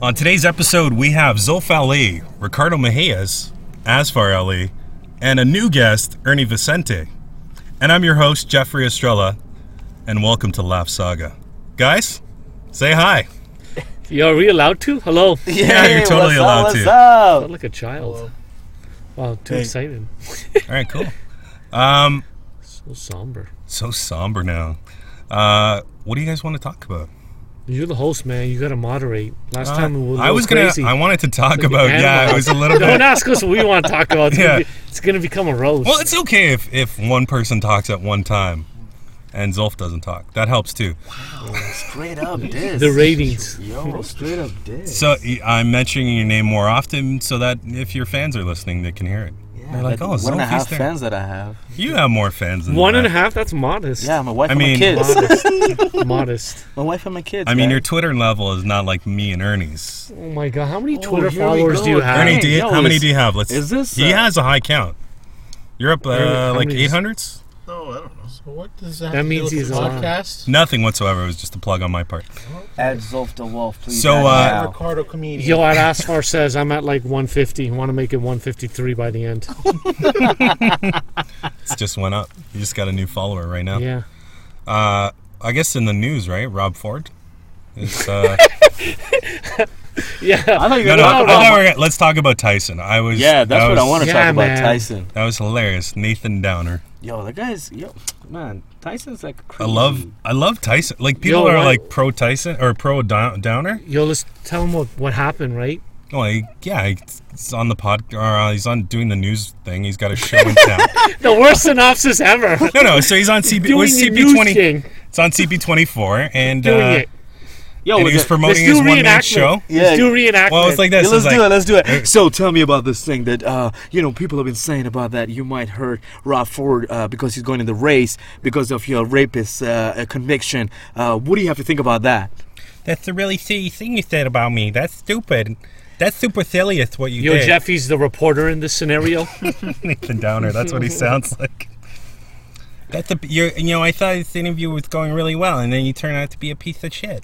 On today's episode, we have Zulf Ali, Ricardo Mejias, Asfar Ali, and a new guest, Ernie Vicente. And I'm your host, Jeffrey Estrella, and welcome to Laugh Saga. Guys, say hi. Yeah, are we allowed to? Hello. Yeah, you're totally what's allowed up, what's to. I Up? look like a child. Wow, too Hey. excited. All right, cool. Um, So somber. so somber now. Uh, what do you guys want to talk about? You're the host, man. You got to moderate. Last Uh, time we were I was gonna. crazy. I wanted to talk Like an about. Yeah, animal. it was a little bit. Don't ask us what we want to talk about. It's Yeah. gonna be- it's going to become a roast. Well, it's okay if, if one person talks at one time and Zulf doesn't talk. That helps too. Straight up diss. The ratings. Yo, straight up diss. So y- I'm mentioning your name more often so that if your fans are listening, they can hear it. Yeah, They're like, but oh, one and a Zulfi's half there. fans that I have. You have more fans than One that. and a half. That's modest. Yeah, my wife I and mean- my kids. Modest. modest. my wife and my kids. I mean, guys. your Twitter level is not like me and Ernie's. Oh my God. How many Oh, Twitter here we followers go. do you have? Ernie, Hey, do you, yo, how many is- do you have? Let's. is this, He uh, has a high count. You're up Ernie, how uh, like many is- 800s. No, I don't know. So what does That means do he's with the on. podcast? Nothing whatsoever. It was just a plug on my part. Add Zolf the Wolf, please. So, add uh, now. Ricardo comedian. Yo, at Asfar says I'm at like 150. Want to make it 153 by the end? It's just went up. You just got a new follower right now. Yeah. Uh, I guess in the news, right? Rob Ford. Is, uh, Yeah. I thought you no, were no. I talking about- thought we were gonna- let's talk about Tyson. I was. Yeah, that's that what I was- want to Yeah, talk man. about. Tyson. That was hilarious. Nathan Downer. Yo, the guy's yo, man. Tyson's like I crazy. love I love Tyson. Like people Yo, are why- like pro Tyson or pro Dow- Downer. Yo, let's tell him what, what happened, right? Like yeah, he's on the pod or uh, he's on doing the news thing. He's got a show in town. The worst synopsis ever. no, no. So he's on CB. Doing Was the news CB twenty? thing. It's on CB twenty four, and uh, Doing it. Oh, Yo, and was he was it- Let's promoting do his one man reenactment. show. Yeah. Let's do reenactment. Well, it's like this. Yeah, let's it's do like, uh, it. Let's do it. So tell me about this thing that uh, you know people have been saying about that you might hurt Rob Ford uh, because he's going in the race because of your rapist uh, uh, conviction. Uh, what do you have to think about that? That's a really silly thing you said about me. That's stupid. That's supercilious what you Yo, did. Jeffy's the reporter in this scenario. Nathan Downer. That's what he sounds like. That's a, you're, you know, I thought this interview was going really well, and then you turn out to be a piece of shit.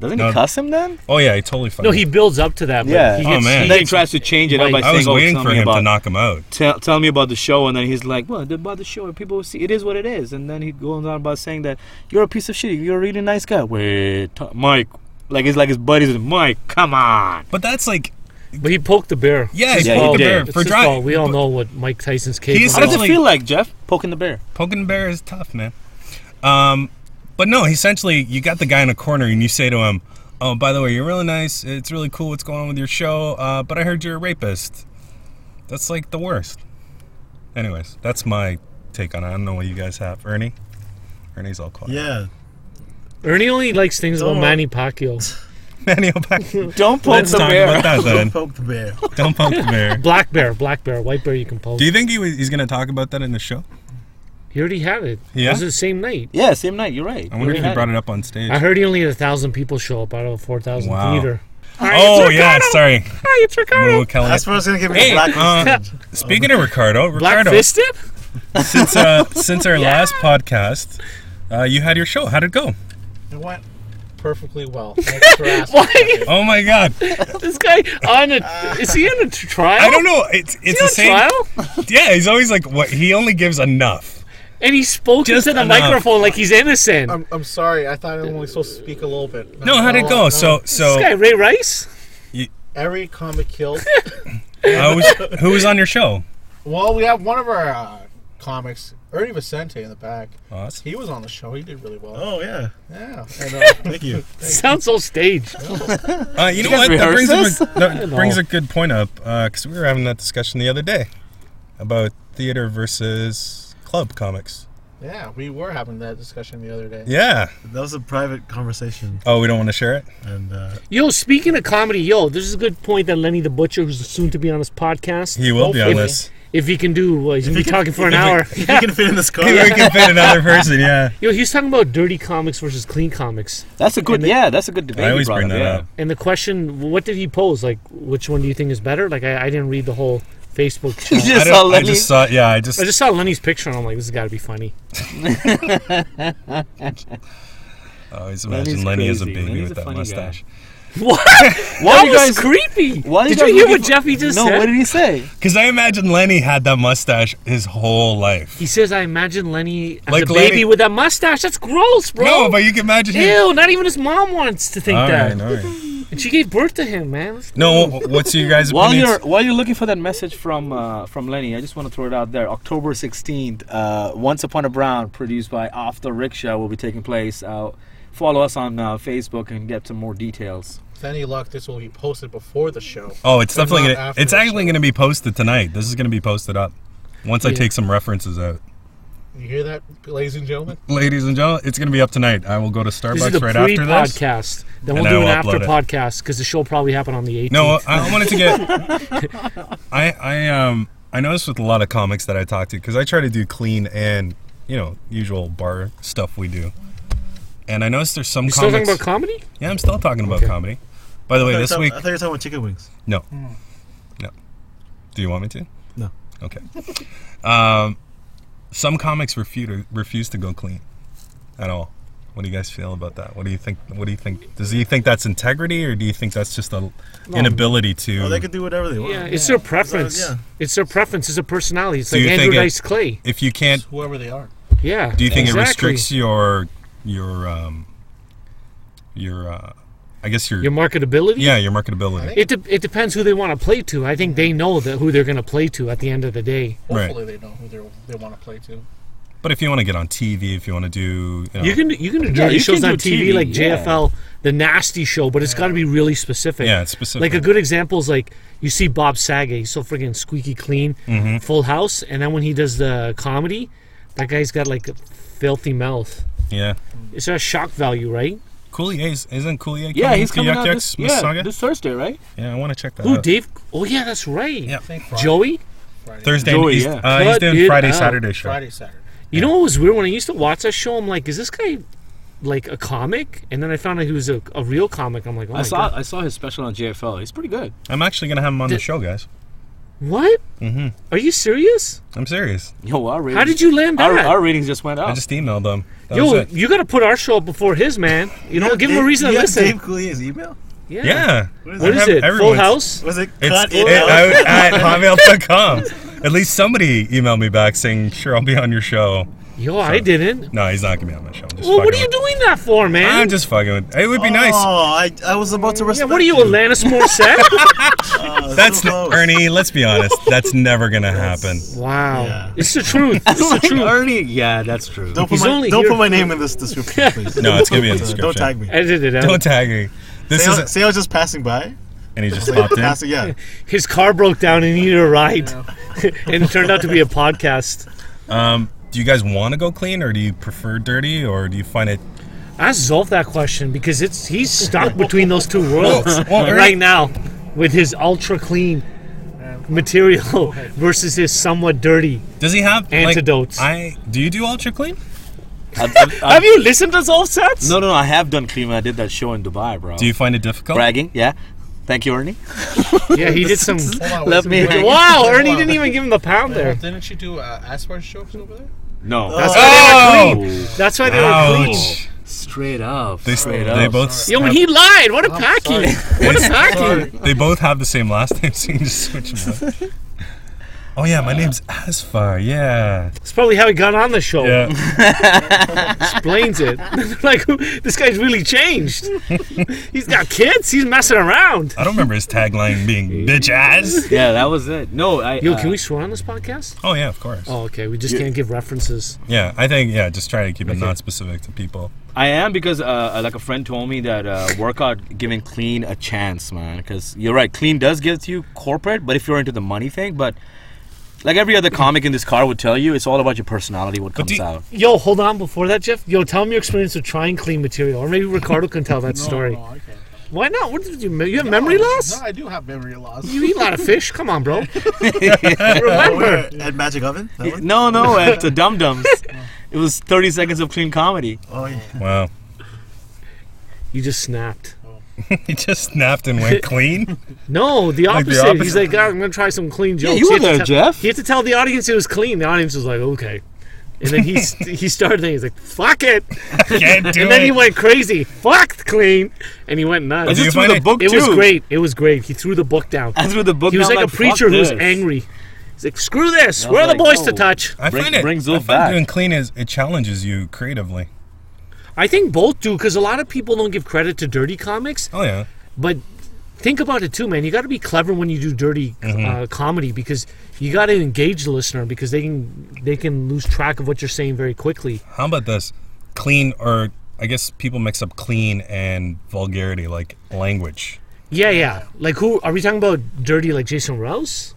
Doesn't No. he cuss him then? Oh yeah, he totally fucking. no, he builds up to that. But Yeah. He Oh, gets, man. They He Then he gets, tries to change it up by Right. saying, I was "Oh, waiting tell for me him about to knock him out. tell, tell me about the show," and then he's like, "Well, the- about the show, and people will see it is what it is." And then he goes on about saying that you're a piece of shit. You're a really nice guy. Wait, t- Mike. Like it's like his buddies. Mike, come on. But that's like, but he poked the bear. yeah, It's he his Yeah, poked he fault. the did. bear It's for his fault. driving. We all know what Mike Tyson's He's- capable How does of. it Essentially- feel like, Jeff? Poking the bear. Poking the bear is tough, man. Um, but no, essentially, you got the guy in a corner, and you say to him, "Oh, by the way, you're really nice. It's really cool what's going on with your show. Uh, but I heard you're a rapist. That's like the worst." Anyways, that's my take on it. I don't know what you guys have, Ernie. Ernie's all quiet. Yeah. Ernie only likes things about Don't- Manny Pacquiao. Manny, will back- Don't poke let's the talk bear. about that then. Poke the bear. Don't poke the bear. Black bear, black bear, white bear you can poke. Do you think he was, he's going to talk about that in the show? He already had it. Yeah? It was the same night. Yeah, same night. You're right. I wonder if You're he right. brought it up on stage. I heard he only had a thousand people show up out of a 4,000 Wow. theater. oh yeah, sorry. Hi, it's Ricardo. Lou Kelly. That's what's gonna give me Hey, a black uh, listed. Speaking of Ricardo, Black Ricardo, fisted? since uh, since our last podcast, uh, you had your show. How'd it go? It went perfectly well. Thanks for asking. Why? Oh my god, This guy on a. Is he on a t- trial? Uh, I don't know. It's it's the Is he same. on trial? Yeah, he's always like what he only gives enough. And he spoke Just into the enough. Um, microphone like he's innocent. I'm, I'm sorry. I thought I'm only supposed to speak a little bit. um, No, how'd it go? So Oh, this guy, so Ray Rice? every comic killed. I was who was on your show? well, we have one of our uh, comics, Ernie Vicente, in the back. Us. He was on the show. He did really well. Oh yeah, Yeah. And, uh, thank you. Sounds so staged. Uh, you know guys what? That brings, rehearse up a, that know. brings a good point up because we were having that discussion the other day about theater versus club comics. yeah, we were having that discussion the other day. Yeah. That was a private conversation, Oh, we don't want to share it. and uh, Yo, speaking of comedy, yo, this is a good point that Lenny the Butcher, who's soon to be on his podcast, He will be on Hopefully. this. if he can do, well, he's gonna he be can- talking for an if hour. Yeah. we, if we can fit in this car. Maybe we can fit another person. Yeah. Yo, he's talking about dirty comics versus clean comics, That's a good. And they- yeah, that's a good debate. I you always brought bring up, that yeah. up. and the question, what did he pose? Like, which one do you think is better? Like, I, I didn't read the whole Facebook. You Chat. I, just don't- saw I Lenny. just saw. Yeah, I just. I just saw Lenny's picture, and I'm like, this has got to be funny. I always Lenny's imagine Lenny as a crazy. baby Lenny's with a that funny guy. mustache. What? Why that you was guys- creepy. Why did guys you hear what looking for- Jeffy just no, said? what did he say? Because I imagine Lenny had that mustache his whole life. He says, "I imagine Lenny as Like a baby Lenny- with that mustache. That's gross, bro. No, but you can imagine him. Ew, not even his mom wants to think All that. right, all right. And she gave birth to him, man. No, what's your guys' While opinions? you're while you're looking for that message from uh, from Lenny, I just want to throw it out there. October 16th, uh, Once Upon a Brown, produced by Off the Rickshaw, will be taking place. Uh, follow us on uh, Facebook and get some more details. With any luck, this will be posted before the show. Oh, it's They're definitely not gonna, after it's the actually show. going to be posted tonight. This is going to be posted up once I Yeah. take some references out. You hear that, ladies and gentlemen? Ladies and gentlemen, it's going to be up tonight. I will go to This is Starbucks the right after this. pre-podcast. Then we'll And I do will an upload after it. podcast because the show will probably happen on the 18th. No, I, I wanted to get. I I um I noticed with a lot of comics that I talk to because I try to do clean and you know usual bar stuff we do, and I noticed there's some you still comics. talking about comedy? yeah, I'm still talking about comedy. By the way, I this thought- week. I thought you were talking about chicken wings. No. No. Do you want me to? No. Okay. um, some comics refuse refuse to go clean at all. What do you guys feel about that? What do you think? What do you think? Does he think that's integrity, or do you think that's just an inability to? Oh, they could do whatever they want. Yeah, it's their preference. yeah. It's their preference. It's a personality. It's Do like you Andrew think it- Dice Clay. if you can't, Whoever they are. Yeah. do you think exactly. it restricts your your um your uh, I guess your, your marketability? yeah your marketability? It, de- it depends who they want to play to. I think they know that who they're going to play to at the end of the day. Right. Hopefully, they know who they're- they want to play to. But if you want to get on TV, if you want to do you know, You can you can do Oh. Yeah, dirty you shows can on do TV, TV, like yeah. JFL, the nasty show, but it's got to be really specific. yeah it's specific Like a good example is like you see Bob Saget, he's so freaking squeaky clean, Mm-hmm. Full House, and then when he does the comedy, that guy's got like a filthy mouth. yeah. It's a shock value, right? Cooley is isn't Cooley? Yeah, he's to coming Yuck out Yucks, this, Mississauga? yeah, this Thursday, right? Oh Yeah, I want to check that Ooh, Uh, out. Dave. Oh yeah, that's right. Yeah. I think Friday. Joey. Friday, Thursday, Joey, he's, yeah. uh, he's Cut doing it Friday, out. Saturday show. Friday, Saturday. You know what was weird when I used to watch that show? I'm like, is this guy like a comic? And then I found out he was a, a real comic. I'm like, oh my I saw god, I saw his special on JFL. He's pretty good. I'm actually gonna have him on the Did- show, guys. what? Mm-hmm. Are you serious? I'm serious. Yo, our ratings, How did you land that? Our, our ratings just went up. I just emailed them. That was Yo, it. you got to put our show up before his, man. You know, give him a reason to you got listen. Dave Cooley's email? yeah. is What I is have it? Full everyone's- House? Was it It's cut it, out? out at hotmail.com. At least somebody emailed me back saying, "Sure, I'll be on your show." Yo, I didn't. No, he's not gonna be on my show. I'm just Well, fucking what are you with- doing that for, man? I'm just fucking. With, it would be nice. Oh, I, I was about to yeah, respond. what are you, Alanis Morissette? That's n- Ernie. Let's be honest. That's never gonna happen. wow, Yeah. it's the truth. It's the truth. Ernie, yeah, that's true. Don't, put He's my, only don't here put my name in this description, please. No, it's gonna be in the Uh, description. Don't tag me. Edit it out. Don't tag me. This Say I, is. say I was just passing by. And he just popped in. Passing, yeah. His car broke down and he needed a ride, and it turned out to be a podcast. Um, do you guys want to go clean, or do you prefer dirty, or do you find it Ask Zolf that question because it's he's stuck between those two worlds well, Ernie- right now with his ultra clean material versus his somewhat dirty. Does he have like, Antidotes. I do you do ultra clean? I've- I've- I've- Have you listened to Zolf sets? no, no, no. I have done clean. when I did that show in Dubai, bro. Do you find it difficult? bragging? Yeah. Thank you, Ernie. Yeah, he did some. Hold on, Let wait, me wait, hang. wait, Wow, hold Ernie on. didn't even give him the pound Well, there. Didn't you do uh, Asper's shows over there? No. That's- That's why they were Oh! clean. That's why they were clean. Ouch! straight up. They, straight they up. both Yo, and he lied. What a packy. What a packy. they both have the same last name, so you can just switch them. up. Oh yeah, my name's Asfar. Yeah, That's probably how he got on the show. yeah. Explains it. like, who- this guy's really changed. He's got kids. He's messing around. I don't remember his tagline being "bitch ass." Yeah, that was it. No, I. Yo, uh, can we swear on this podcast? Oh yeah, of course. Oh, okay. We just can't give references. Yeah, I think yeah. Just try to keep it not specific to people. I am because uh, like a friend told me that uh, workout giving clean a chance, man. Because you're right, clean does give you corporate, but if you're into the money thing, but like every other comic in this car would tell you, it's all about your personality, what comes do- out. Yo, hold on. Before that, Jeff, yo, tell me your experience with trying clean material, or maybe Ricardo can tell that story. No, I can't. Why not? What did you? You have memory loss? Oh, No, I do have memory loss. You eat a lot of fish. Come on, bro. Oh, we Remember. were at Magic Oven? That one? No, no, at the Dum Dums, it was 30 seconds of clean comedy. Oh, yeah. Wow. You just snapped. He just snapped and went clean. No, the Like opposite. the He's opposite. like, "Ah, I'm gonna try some clean jokes. you were had to there, tell- Jeff. He had to tell the audience it was clean. The audience was like, okay. And then he st- he started. And he's like, "Fuck it!" Can't do and then it. he went crazy. Fuck clean, and he went nuts. I you just threw find the it- book It too. was great. It was great. He threw the book down. I threw the book. He was down, like, a "Fuck preacher who was this." angry. He's like, "Screw this. I Where are was the like, boys to "No." touch?" I Bring- find it. brings I Zool find back. doing clean is it challenges you creatively. I think both do because a lot of people don't give credit to dirty comics. Oh yeah. But think about it too, man. You got to be clever when you do dirty Mm-hmm. uh, comedy because you got to engage the listener because they can they can lose track of what you're saying very quickly. How about this? Clean or I guess people mix up clean and vulgarity, like language. Yeah, yeah. Like who are we talking about? Dirty like Jason Rouse?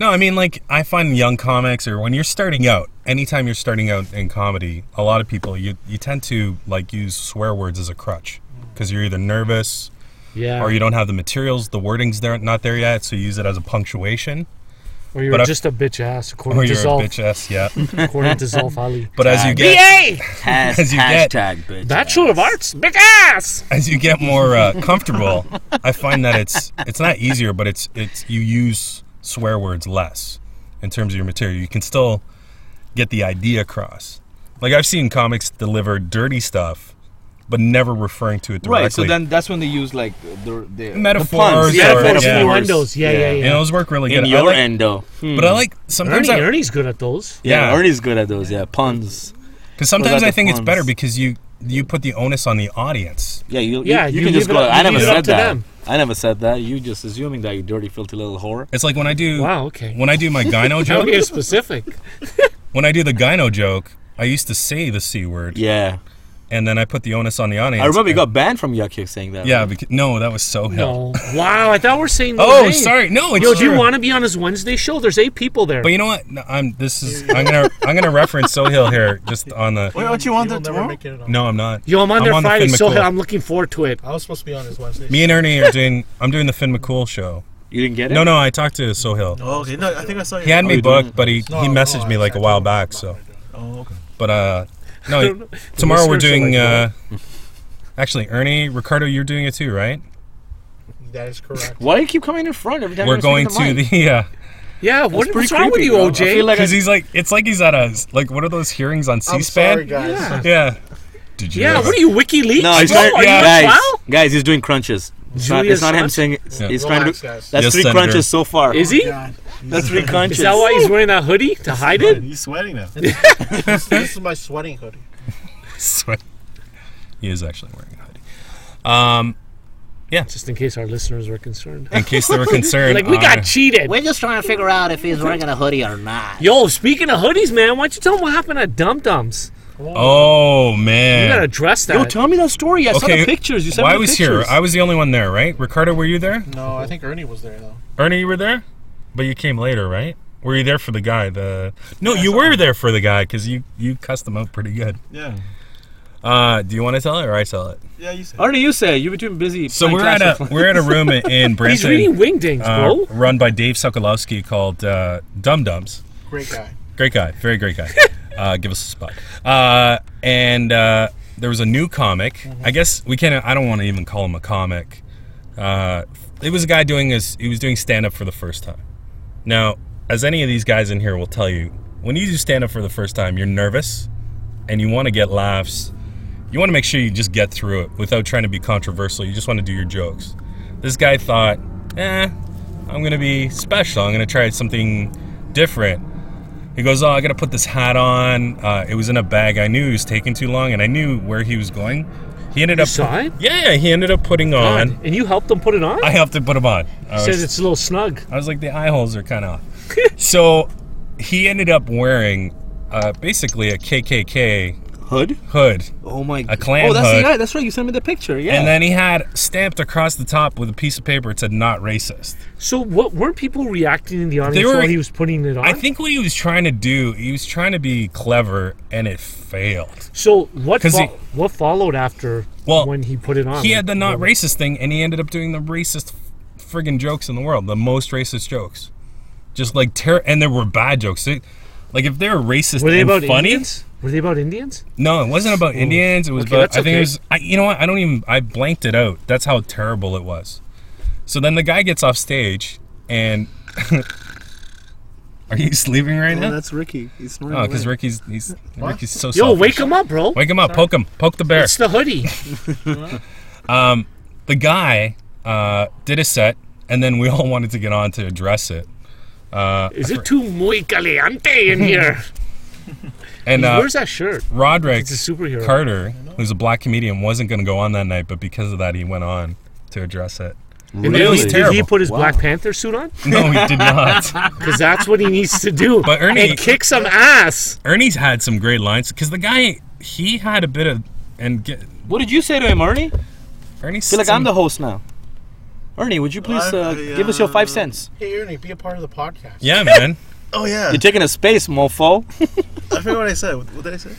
No, I mean like I find young comics or when you're starting out, anytime you're starting out in comedy, a lot of people you you tend to like use swear words as a crutch because you're either nervous Yeah. or you don't have the materials, the wording's there not there yet, so you use it as a punctuation. Or you're but I- just a bitch ass according Or to you're a Zolf. bitch ass, yeah. According to Zolf Ali. But as you get BA Has, As you get- hashtag bitch. Bachelor of Arts, big ass. as you get more uh, comfortable, I find that it's it's not easier, but it's it's you use swear words less in terms of your material. You can still get the idea across. Like I've seen comics deliver dirty stuff, but never referring to it directly. Right. So then that's when they use like the, the Metaphors The puns. Yeah, or- metaphors, yeah. innuendos. Yeah, yeah, yeah. and those work really In good. I your like- end though. Hmm. but I like sometimes Ernie, I, Ernie's good at those. yeah, yeah. Ernie's good at those. Yeah, puns. because sometimes Those are I the think it's puns. better because you you put the onus on the audience. Yeah, you, Yeah, you, you you can just leave it go. up- I you never leave it up said to that. them. I never said that. You just assuming that you dirty, filthy little whore. It's like when I do Wow. Okay. when I do my gyno That joke. was specific. When I do the gyno joke, I used to say the c word, Yeah, and then I put the onus on the audience. I remember you got banned from Yuck Yuck saying that. Yeah, right? because, no, that was so hell. No. Wow. I thought we were saying. the Oh, name. sorry. No, it's Yo, do true. you want to be on his Wednesday show? There's eight people there. But you know what? No, I'm. This is. I'm gonna. I'm gonna reference Sohail here, just on the. Wait, aren't you on You'll there never tomorrow? make it at all. No, I'm not. Yo, I'm on I'm there on the Friday, Finn so McCool. I'm looking forward to it. I was supposed to be on this Wednesday. Me and Ernie are doing. I'm doing the Finn McCool show. you didn't get it. No, no, I talked to Sohail. Oh, okay. No, I think I saw you. He had Oh, me you did? booked, but he No, he no, messaged me I- like a I while told him back. I'm So, not gonna do it. Oh, okay. but uh, no. The Tomorrow we're listeners are doing. like, uh Actually, Ernie, Ricardo, you're doing it too, right? That is correct. Why do you keep coming in front every time? We're you're going speaking to mic? the yeah, yeah, what, It's pretty what's wrong with creepy, you, bro. I OJ? feel like I- because he's like it's like he's at a like what are those hearings on I'm sorry, C-SPAN? guys. yeah. Yeah. Did you? yeah, what are you, WikiLeaks? No, he's bro? trying, Are you yeah. on guys, trial? guys, he's doing crunches. It's not, Julius it's not him Crunch? saying. it's- Yeah. He's Relax, trying to. guys. That's Yes, three Senator. crunches so far. Is he? God, That's three Is crunches. that why he's wearing that hoodie to hide it? He's sweating now. this, this is my sweating hoodie. sweat. He is actually wearing a hoodie. Um, Just in case our listeners were concerned. in case they were concerned, Like we got uh, cheated. We're just trying to figure out if he's wearing a hoodie or not. Yo, speaking of hoodies, man, why don't you tell them what happened at Dum Dums? oh You gotta man. address that. Yo, tell me that story. I saw Okay, the pictures. You sent Well, me I the was here. pictures. I was the only one there, right? Ricardo, were you there? No, I think Ernie was there though. Ernie, you were there, but you came later, right? Were you there for the guy? The no, you were there for the guy because you you cussed him out pretty good. Yeah. Uh, do you want to tell it or I tell it? Yeah, you Oh, said. Ernie, you say you've been too busy. So playing we're Clash at of a Clans. we're at a room in- in he's Brampton, reading Wingdings, uh, bro. run by Dave Sokolowski called uh, Dum Dums. Great guy. Great guy, very great guy. uh, give us a spot. Uh, and uh, there was a new comic. I guess we can't. I don't want to even call him a comic. Uh, it was a guy doing his. He was doing stand up for the first time. Now, as any of these guys in here will tell you, when you do stand up for the first time, you're nervous, and you want to get laughs. You want to make sure you just get through it without trying to be controversial. You just want to do your jokes. This guy thought, eh, I'm gonna be special. I'm gonna try something different. He goes, Oh, I gotta put this hat on. Uh, it was in a bag. I knew he was taking too long and I knew where he was going. He ended You up. saw it? Yeah, he ended up putting on. God, And you helped him put it on? I helped him put him on. I Says was, it's a little snug. I was like, The eye holes are kind of off. so he ended up wearing uh, basically a KKK hood. hood. Oh my god. clan Oh, that's hood. the guy. That's right. You sent me the picture. Yeah. Oh. And then he had stamped across the top with a piece of paper, it said, Not racist. So what weren't people reacting in the audience were- while he was putting it on? I think what he was trying to do, he was trying to be clever and it failed. so what 'Cause fo- he- what followed after Well, when he put it on? he had the not Like, racist thing and he ended up doing the racist friggin' jokes in the world the most racist jokes just like terror and there were bad jokes They- like if they were racist Were they and about funny Indians? Were they about Indians? no it wasn't about indians it was Okay, about that's i think okay. it was I, you know what i don't even i blanked it out that's how terrible it was so then the guy gets off stage and Are you sleeping right Oh, now? that's Ricky. He's snoring. Oh, because away. Ricky's he's What? Ricky's so Yo, selfish. wake him up, bro. Wake him up, poke him, poke the bear. It's the hoodie. the guy uh, did a set, and then we all wanted to get on to address it. Uh, Is it too muy caliente in here? and uh, Where's that shirt? Roderick It's a superhero. Carter, who's a black comedian, wasn't going to go on that night, but because of that, he went on to address it. It was Did terrible. he put his Black Panther suit on? no, he did not. Because that's what he needs to do. But Ernie- and kick some ass. Ernie's had some great lines because the guy he had a bit of and get What did you say to him, Ernie? Ernie. feel like I'm the host now. Ernie, would you please uh, I, give us your uh, five cents? Hey, Ernie, be a part of the podcast. yeah man. Oh yeah. You're taking a space, mofo. I forget what I said. What, what did I say?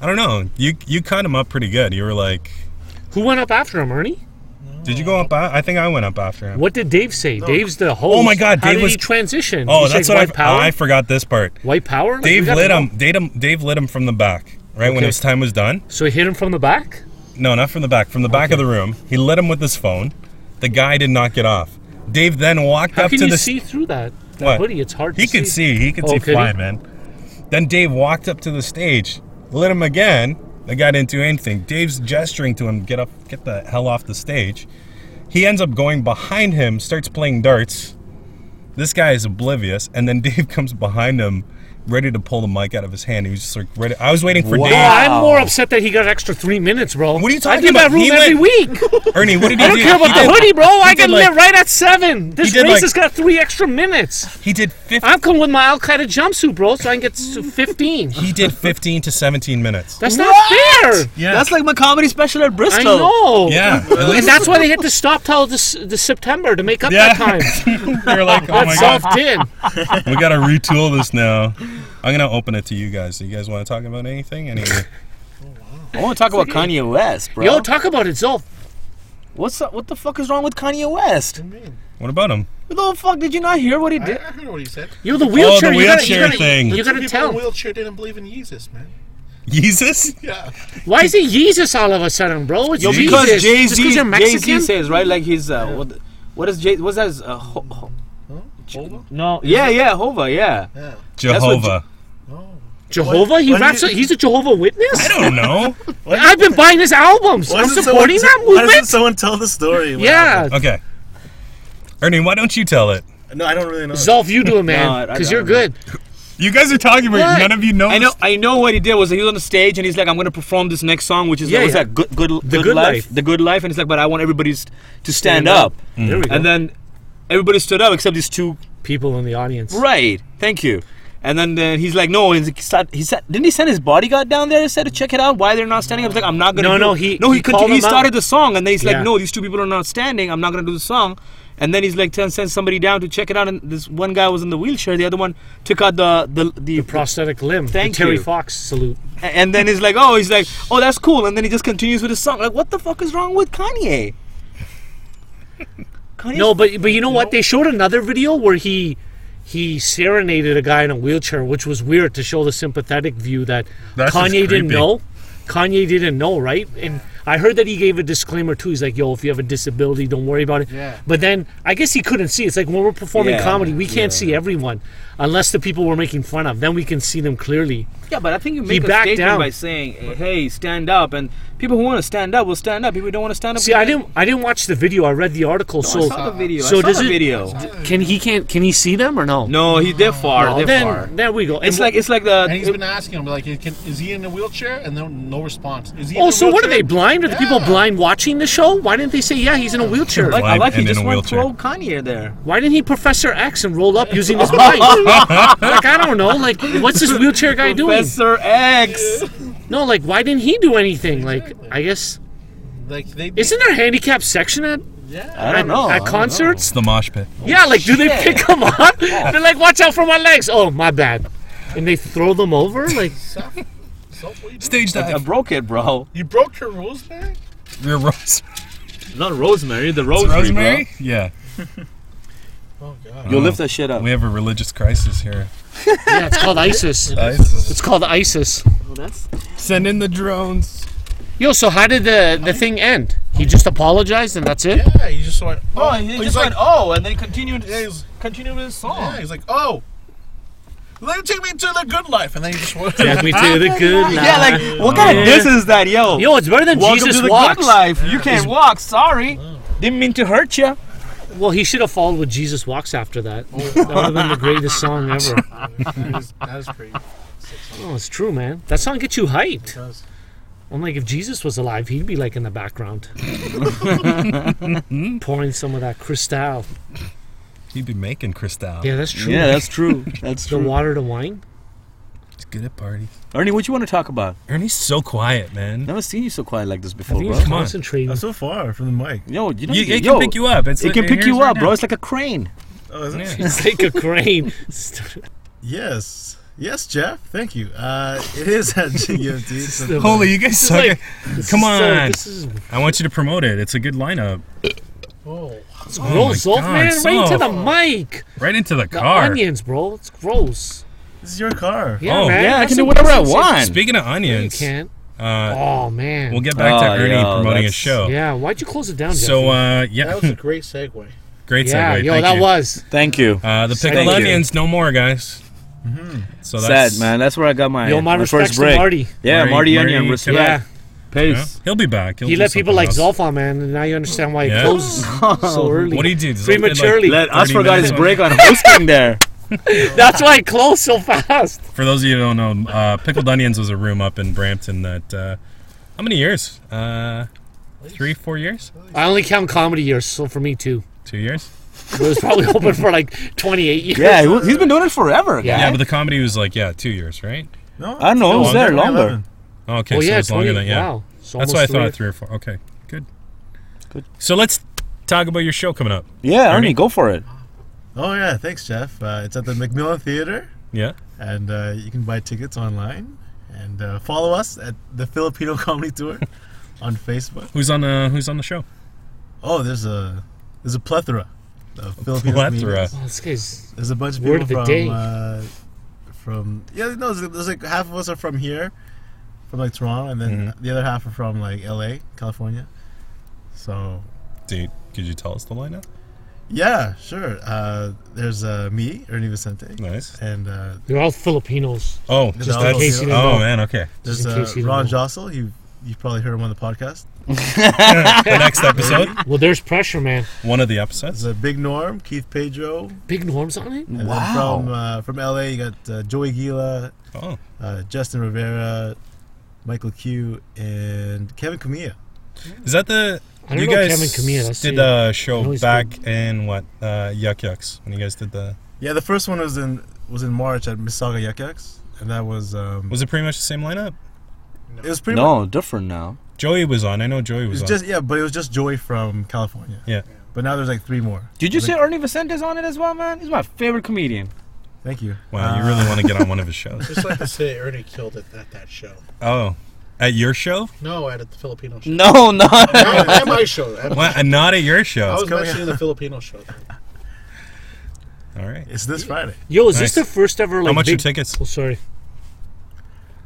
I don't know. You you cut him up pretty good. You were like, Who went up after him, Ernie? did you go up? a- I think I went up after him. What did Dave say? Dave's the host. Oh my God, How Dave did was- he transition? Oh, He said that's what I, white power. I forgot this part. White power. Like, Dave we gotta lit know. him. Dave, Dave lit him from the back. Right when Okay. his time was done. So he hit him from the back. No, not from the back. From the back of the room. He lit him with his phone. The guy did not get off. Dave then walked How up can to you the see through that, that What? hoodie? It's hard. He to could see. He could Oh, see could he? fine, man. Then Dave walked up to the stage, lit him again. The guy didn't do anything. Dave's gesturing to him, get up, get the hell off the stage. He ends up going behind him, starts playing darts. This guy is oblivious, and then Dave comes behind him, ready to pull the mic out of his hand. He was just like, ready. I was waiting for Wow. Oh, I'm Wow. more upset that he got an extra three minutes, bro. What are you I talking give about? that room He every went- week. Dave. Ernie, what did he I do? don't care he about the did- hoodie, bro. I he did can like- live right at seven. This did race like- has got three extra minutes. He did 15, I'm coming with my Al Qaeda jumpsuit, bro, so I can get to 15. he did 15 to 17 minutes. That's not fair. Yeah. That's like my comedy special at I Bristol. know. yeah. At And least that's why they had to stop till this, this September to make up Yeah. that time. they're like, oh my That's god. soft in. we gotta retool this now. I'm gonna open it to you guys. You guys want to talk about anything? Any I want to talk about Kanye West, bro. Yo, talk about it, Zolf. What's up? What the fuck is wrong with Kanye West? What do you mean? what about him? What the fuck? Did you not hear what he I, I did? heard what he said. Yo, the wheelchair. you gotta, wheelchair you gotta, thing. You gotta People tell. in wheelchair didn't believe in Jesus, man. Jesus? Yeah. Why is it Jesus all of a sudden, bro? It's Yo, Jesus. because Jay Just 'cause Z, you're Jay Mexican. Z says right, like he's uh, what, what is Jay? What's that? Uh, ho, ho, Jehovah? no, yeah, yeah, Hova, yeah. Yeah. what Jehovah? No. Jehovah. He Why did raps. you- a- he's a Jehovah Witness. I don't know. I've been buying his albums. Why I'm doesn't supporting someone, that Why doesn't movement. someone tell the story? What Yeah, Okay, Ernie, why don't you tell it? happened? No, I don't really know. Zolf, you do it, man, No, I- Mm. I because don't you're know. good. You guys are talking about What? none of you know. I know, this- I know what he did was he was on the stage and he's like, I'm gonna perform this next song, which is Yeah, like, what's yeah. that? Good, good, the Good Life. the good life, and he's like, but I want everybody s- to stand, Stand up, up. There we go. and then everybody stood up except these two. people in the audience. Right, thank you. And then uh, he's like, no, and he said, he said, didn't he send his bodyguard down there and said to check it out why they're not standing up? He's like, I'm not gonna. No, do no, it." he- no, he he called continued, he them out. started the song, and then he's Yeah. like, no, these two people are not standing. I'm not gonna do the song. And then he's like, ten send somebody down to check it out. And this one guy was in the wheelchair, the other one took out the the the, Prosthetic limb. the Thank Terry you. Fox salute. and then he's like, oh, he's like, oh, that's cool. And then he just continues with his song. Like, what the fuck is wrong with Kanye? Kanye No, but but you know what? They showed another video where he he serenaded a guy in a wheelchair, which was weird to show the sympathetic view that That's just Kanye didn't creepy. know. Kanye didn't know, right? And I heard that he gave a disclaimer too. He's like, "Yo, if you have a disability, don't worry about it." Yeah. But then I guess he couldn't see. It's like when we're performing Yeah, comedy, we can't see everyone unless the people we're making fun of. Then we can see them clearly. yeah, but I think you make a backed statement down. by saying, hey, stand up. And people who want to stand up will stand up. People who don't want to stand up. See, I didn't I didn't watch the video. I read the article. I so saw the video. so I saw does the it- video. can he can't can he see them or no? No, he they're far. Well, they're then far. there we go. And It's wh- like it's like the And he's been asking him, like, can, is he in a wheelchair? And then no response. Is he? in Oh, a so what are they wheelchair? blind? Are the people Yeah. blind watching the show? Why didn't they say, yeah, he's in a wheelchair? like, I like he and in a just went wheelchair. pro Kanye there. Why didn't he Professor X and roll up using his bike? like, I don't know. Like, what's this wheelchair guy doing? Professor X. No, like, why didn't he do anything? Like, I guess. Like they. Isn't there a handicap section at, Yeah. I at, don't know. I at don't concerts? It's the mosh pit. Yeah, like, do they pick them up? Oh. They're like, watch out for my legs. Oh, my bad. And they throw them over? Like, Self- self- what are you doing? Stage know. I dive. broke it, bro. You broke your rules, man. Rear rose. Not Rosemary, the Rosemary. Rosemary. Yeah. Oh Bro. God. You'll lift that shit up. We have a religious crisis here. yeah, it's called ISIS. It's called ISIS. Send in the drones. Yo, so how did the, the thing end? He just apologized and that's it? Yeah. You just went. Oh, Oh, he he's just like. went oh, and then continued. Yeah, he's- continued with his song. Yeah, he's like, oh, Let take me to the good life, and then you just walk. Take me to the good life. Yeah, like what kind Yeah. of diss is that, yo? Yo, it's better than Welcome Jesus to the walks. good life. You can't walk. Sorry, didn't mean to hurt you. Well, he should have followed with Jesus walks after that. that would have been the greatest song ever. that, is, that is pretty. Oh, it's true, man. That song gets you hyped. does. I'm like, if Jesus was alive, he'd be like in the background, pouring some of that cristal. He'd be making Cristal. Yeah, that's true. true. That's the water to wine. He's good at parties. Ernie, what you want to talk about? Ernie's so quiet, man. Never seen you so quiet like this I before, think bro. he's Come on. concentrating. I'm so far from the mic. Yo, you know, You, it yo, can pick you up. It's It can it pick hears you right up, bro. now. It's like a crane. Oh, is it? Yeah. It's like a crane. Yes. Yes, Jeff. Thank you. Uh, it is at GMT. It's a- Holy, you guys suck. like- at- Come on. this is I want you to promote it. It's a good lineup. Oh, it's gross, my Zolf, God, man. Right to the Zolf. mic. Right into the The car. onions, bro. It's gross. this is your car. Yeah, Oh. man. Yeah, I That's can do some whatever I decency. want. Speaking of You onions, can't. uh, Oh man. we'll get back Oh, to Ernie yo, promoting that's- his show. Yeah. Why'd you close it down? Oh. So, uh, Jeffrey? that yeah, was a great segue. great segue. yeah. Yo, Thank that you. was. Thank you. Uh, the Thank Mm-hmm. pickled you. onions, no more, guys. So Sad, that's man. That's where I got my, Yo, my, my respects first to break. Marty. Yeah, Marty- Marty, Marty Onion. Kibbe. Respect. Yeah. Yeah, Peace. He'll be back. He'll He do let people something like else. Zolfon, man, and now you understand why Yeah. it closes so early. What do you do? Zolf did, like, Prematurely. Let us 30 forgot minutes his on- break on hosting there. That's why it closed so fast. For those of you who don't know, uh, Pickled Onions was a room up in Brampton that, uh, how many years? Uh, three, four years? I only count comedy years, so for me too. Two years? It was probably open for like 28 years. Yeah, he was- he's been doing it forever. Yeah. guy. Yeah, but the comedy was like, yeah, two years, right? No, I don't know. It was there longer. Okay, Oh so yeah, it's longer than, 20 yeah. Wow. So That's almost why I three- thought three or four. Okay, good. Good. So let's talk about your show coming up. Yeah, Ernie. Ernie, go for it. Oh, yeah. Thanks, Jeff. Uh, it's at the Macmillan Theater, Yeah. and uh, you can buy tickets online. And uh, follow us at the Filipino Comedy Tour on Facebook. Who's on the Who's on the show? Oh, there's a there's a plethora of Filipino Plethora. comedians. Oh, this guy's. There's a bunch of Word people of the day. from Uh, from yeah, no, there's, there's like half of us are from here, from like Toronto, and then Mm-hmm. the other half are from like L.A., California. So Dude, could you tell us the lineup? yeah, sure. Uh, there's uh, me, Ernie Vicente, Nice. and uh, They're all Filipinos. Oh, Just just in that's- case you didn't Oh know. man, okay. there's in uh, case you don't Ron know. Jossel. You you probably heard him on the podcast. The next episode, Well, there's pressure, man. one of the episodes. There's a Big Norm, Keith Pedro, Big Norm's on it. and then Wow. from uh, from L.A. You got uh, Joey Gila, Oh, uh, Justin Rivera, Michael Q, and Kevin Camilla. is that the? I don't you know guys Kevin Camille, that's did it. the I know show he's back in what uh, Yuck Yucks when you guys did the. Yeah, the first one was in was in March at Mississauga Yuck Yucks, and that was um, Was it pretty much the same lineup? it was pretty much No, different now. Joey was on. I know Joey it was was on. just yeah, but it was just Joey from California. Yeah. But now there's like three more. Did you Like- see Ernie Vicente's on it as well, man? He's my favorite comedian. Thank you. wow, you Uh, Ah. really want to get on one of his shows? Just like to say, Ernie killed it at that show. Oh, at your show? No, at the Filipino show. No, no. No, at my show. At- What? Uh, Not at your I show. was mentioning the Filipino show. All right. It's this Friday. Yo, is Nice. this the first ever like? How much are big... tickets? Oh, sorry.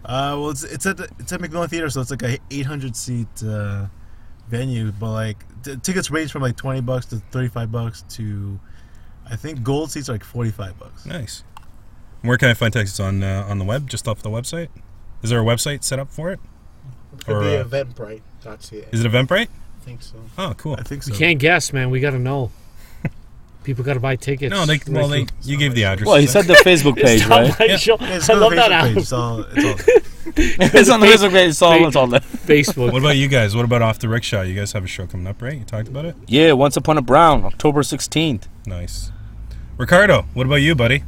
Uh, well, it's it's at the- it's at McMillan Theater, so it's like a 800 seat uh, venue. But like t- tickets range from like 20 bucks to 35 bucks to, I think gold seats are like 45 bucks. Nice. Where can I find tickets on uh, on the web? Just off the website? Is there a website set up for it? Could Or, be uh, Eventbrite.ca. Is it Eventbrite? I think so. Oh, cool. I think so. We can't guess, man. We gotta know. People gotta buy tickets. No, they well they Right you gave the address. Well, he said the Facebook through- page, It's right? not my Yeah. show. Yeah, it's I on the love that Facebook app. page. It's all, it's It's on the Page- Facebook page. It's all, it's all there. Facebook. What about you guys? What about off the rickshaw? You guys have a show coming up, right? You talked about it. Yeah, Once Upon a Brown, October 16th. Nice. Ricardo, what about you, buddy?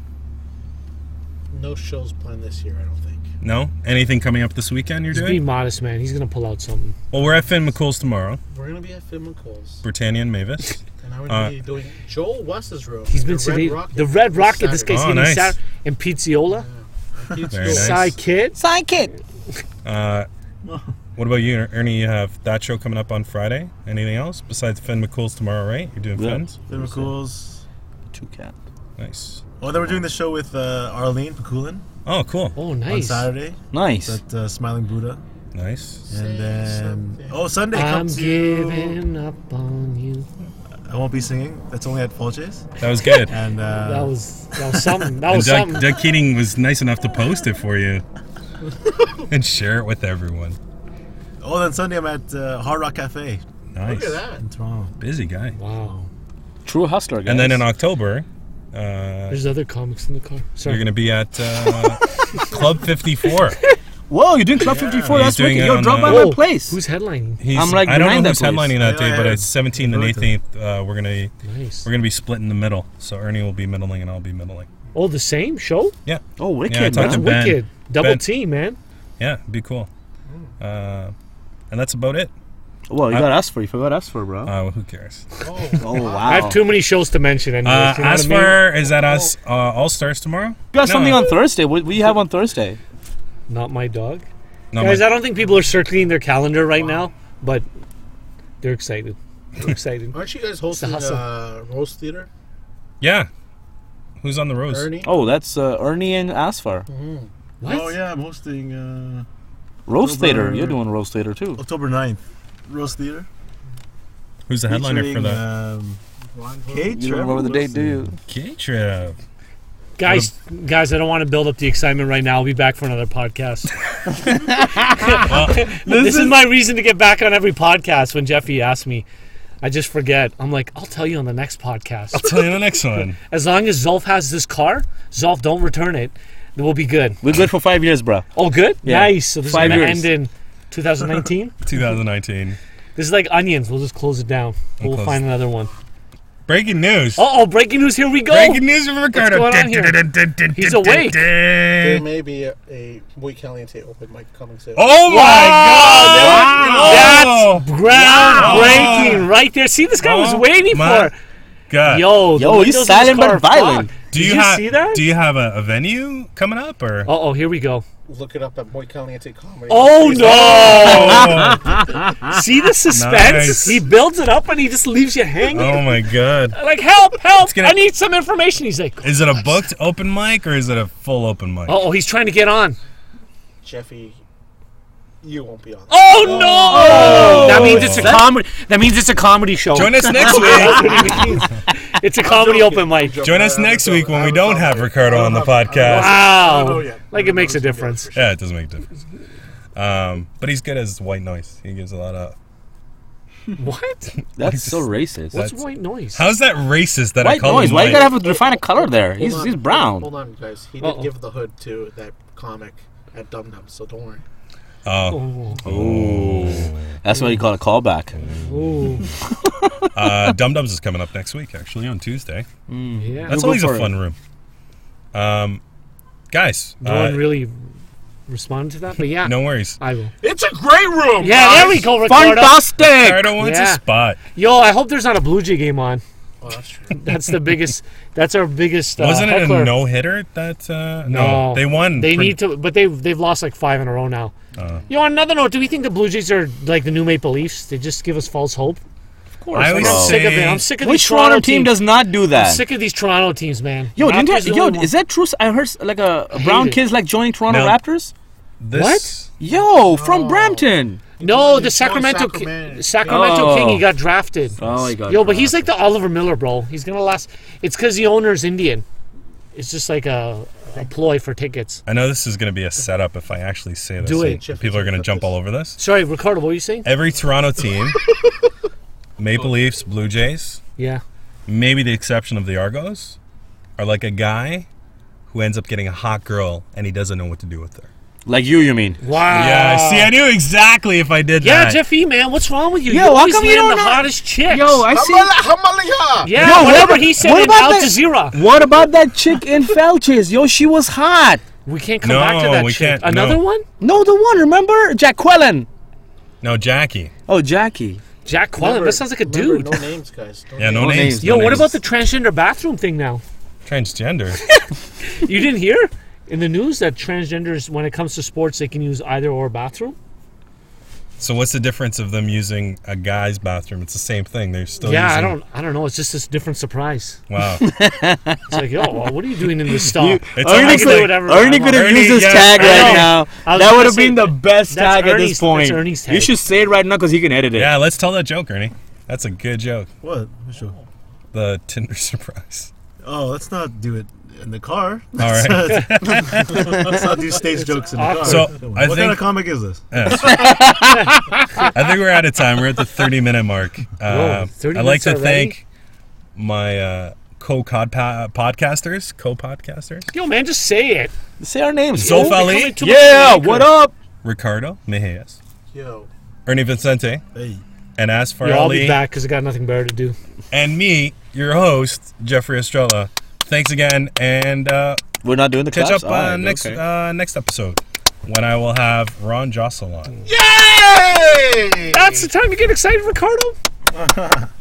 No shows planned this year, I don't think. No, anything coming up this weekend? You're Just be doing? modest, man. He's gonna pull out something. Well, we're at Finn McCool's tomorrow. We're going to be at Finn McCool's. Britannia and Mavis. And I'm going to Uh, be doing Joel West's room. He's been the Red sedated. Rocket. the Red Rocket. This Saturday. guy's Oh, getting nice. sat and Pizziola. Very nice. Sidekids. Sidekick. Uh, what about you, Ernie? You have that show coming up on Friday. Anything else besides Finn McCool's tomorrow? Right? You're doing Yeah. Finn's. all. McCool's. Two cat. Nice. Oh, then we're doing the show with uh, Arlene Pakulin Oh, cool. Oh, on nice. Saturday. Nice. It's at uh, Smiling Buddha. Nice. Say And then something. oh Sunday I'm come to giving up on you. I won't be singing. That's only at Folches. That was good. Oh, And uh, That was that was something. That And was Doug, something. Doug Keating was nice enough to post it for you and share it with everyone. oh, then Sunday I'm at uh, Hard Rock Cafe Nice. Look at that. in Toronto. Busy guy. Wow. True hustler, guys. And then in October, uh, There's other comics in the car. Sorry. you're going to be at uh, Club 54. Whoa, you're doing Club 54 He's last doing week. it Yo, on drop the- by Whoa, my place. Oh, Who's headlining? He's, I'm, like, I don't behind know that who's place. headlining that Yeah, day, but yeah, it's 17th and I heard that. 18th. Uh, we're gonna Nice. we're gonna be split in the middle, so Ernie will be middling and I'll be middling. Oh, the same show? Yeah, oh, wicked. Yeah, I talked man. That's to Ben. wicked. Double Ben. T, man. yeah, it'd be cool. Uh, and that's about it. Well, you I- got asked for. You forgot asked for, bro. Uh, who cares? Oh, oh wow. I have too many shows to mention. Anyways, Uh, you know what I as mean? for is that us uh, All Stars tomorrow? You got No. something on Thursday. What do you have on Thursday? not my dog. No, Guys, uh, my- I don't think people are circling their calendar right now, but they're excited. They're excited. aren't you guys hosting hustle. uh, roast theater? yeah. Who's on the roads? Ernie. Oh, that's uh, Ernie and Asfar. What? Oh yeah, I'm hosting uh, Roast later. October- You're doing roast later too. October 9th, Rose Theater. Who's the headliner for featuring, the Um, Ron Kate You don't remember the date, do you? K-Trip? Guys, guys, I don't want to build up the excitement right now. I'll be back for another podcast. this, is, my reason to get back on every podcast. When Jeffy asked me, I just forget. I'm like, I'll tell you on the next podcast. Tell you the next one. As long as Zolf has this car, Zolf don't return it. Then we'll be good. We're good for five years, bro. Oh, good. Yeah. Nice. So this Five is gonna years. end in 2019. 2019. this is like onions. We'll just close it down. We'll, close find another one. Breaking news. Oh, oh, breaking news! Here we go. Breaking news from Ricardo. going on here? He's awake. There may be a, a Boy Caliente open mic coming soon. Oh my Wow. god! That's Wow. groundbreaking right there. See, this guy was Oh waiting my for. God. Yo, the Yo, windows of he's this silent car but are violent. fogged. do Did you, you have, see that? Do you have a, a venue coming up or? Uh oh, here we go. Look it up at Boy Caliente Comedy. Oh no! Oh, see the suspense? Nice. He builds it up and he just leaves you hanging. oh my god! Like help, help! gonna- I need some information. He's like, Is it a booked open mic or is it a full open mic? oh, he's trying to get on. Jeffy, you won't be on. Oh no! that means it's a comedy. That means it's a comedy show. Join us next week. it's a comedy open mic. Join us next week when we don't have Ricardo on the podcast. Wow! yet. Like it makes a difference. Yeah, it doesn't make a difference. Um, but he's good as white noise. He gives a lot of. What? That's so racist. What's That's- white noise? How's that racist that I White call noise. him Why white? you gotta have a refined color there? He's, Hold he's on, Hold brown. on, guys. He Uh-oh. did give the hood to that comic at Dum Dum, so don't worry. oh, Oh, That's what you call a callback. oh, uh, Dum Dums is coming up next week, actually on Tuesday. yeah. That's We'll go always for a it. fun room. Um, guys, No uh, one really responded to that, but yeah, no worries. I will. It's a great room. Yeah, there we go, Ricardo. Fantastic! Ricardo wants Yeah. a spot. Yo, I hope there's not a Blue Jay game on. Oh, that's true. That's the biggest. that's our biggest. Uh, Wasn't it heckler. a no hitter that? Uh, no, No. they won. They for- need to, but they've they've lost like five in a row now. Uh. you know, on another note, do we think the Blue Jays are like the new Maple Leafs? They just give us false hope. Of course. I always I'm say- sick of it. I'm sick of Which these Toronto Toronto team teams. does not do I'm that? sick of these Toronto teams, man. Yo, didn't Raptors you- the yo, only one. is that true? I heard like a hate brown it. kids like joining Toronto No. Raptors. This, Yo, from Brampton. no the He's going Sacramento Sacramento. Ki- Sacramento Oh. King? He got drafted. Oh, he got yo, but he's like the Oliver Miller, bro. He's gonna last. It's because the owner's Indian. It's just like a, a ploy for tickets. I know this is going to be a setup if I actually say this. Do and it. Jeff, People are going to jump all over this. Sorry, Ricardo, what were you saying? Every Toronto team, Maple Leafs, Blue Jays, Yeah. maybe the exception of the Argos, are like a guy who ends up getting a hot girl and he doesn't know what to do with her. Like you, you mean? Wow. Yeah, see, I knew exactly if I did Ah. Yeah, that. Jeffy, man, what's wrong with you? you Yo, how always come you land don't the know- hottest chicks. Yo, I see. Hamala- Hamaliha! yeah, Yo, what whatever about- he said what in about Al that- Jazeera. What about that chick in Felches? Yo, she was hot. We can't come No, back to that we shit. can't, no. Another one? No, the one, remember? Jaqueline. No, Jackie. Oh, Jackie. Jack Quellen. Remember- That sounds like a remember, dude. No names, guys. No Yeah, no, No names. names, no Yo, what names. about the transgender bathroom thing now? transgender? You didn't hear in the news that transgenders, when it comes to sports, they can use either or bathroom? So what's the difference of them using a guy's bathroom? It's the same thing. They're still yeah, I using- don't I don't know. It's just this different surprise. Wow. It's like, yo, well, what are you doing in this stall? It's I Ernie can could- do whatever I Ernie want. could have Ernie, used this yeah. tag I right know. now. I was That gonna would have say been the best that's tag at Ernie's- this point. that's Ernie's You tag. should say it right now because he can edit it. yeah, let's tell that joke, Ernie. That's a good joke. What? Which one? The Tinder surprise. Oh, let's not do it in the car. All right. let's not do stage jokes in the car. So, Come on. I what kind think- Uh, of comic is this? Yeah, that's right. I think we're out of time. We're at the 30 minute mark. Uh, 30 I'd like minutes to already? thank my uh, co podcasters, co podcasters, Yo, man, just say it. Say our names. Zolf yo. Ali. Coming to Yeah, Jamaica. what up? Ricardo Mejias, Yo. Ernie Vicente, Hey, and Asfar Yeah, I'll Ali, be back because I got nothing better to do. and me, your host, Jeffrey Estrella. Thanks again, and uh, We're not doing the catch claps? up uh, Alright, next okay. uh, next episode when I will have Ron Jocelyn. Yay! That's the time you get excited, Ricardo.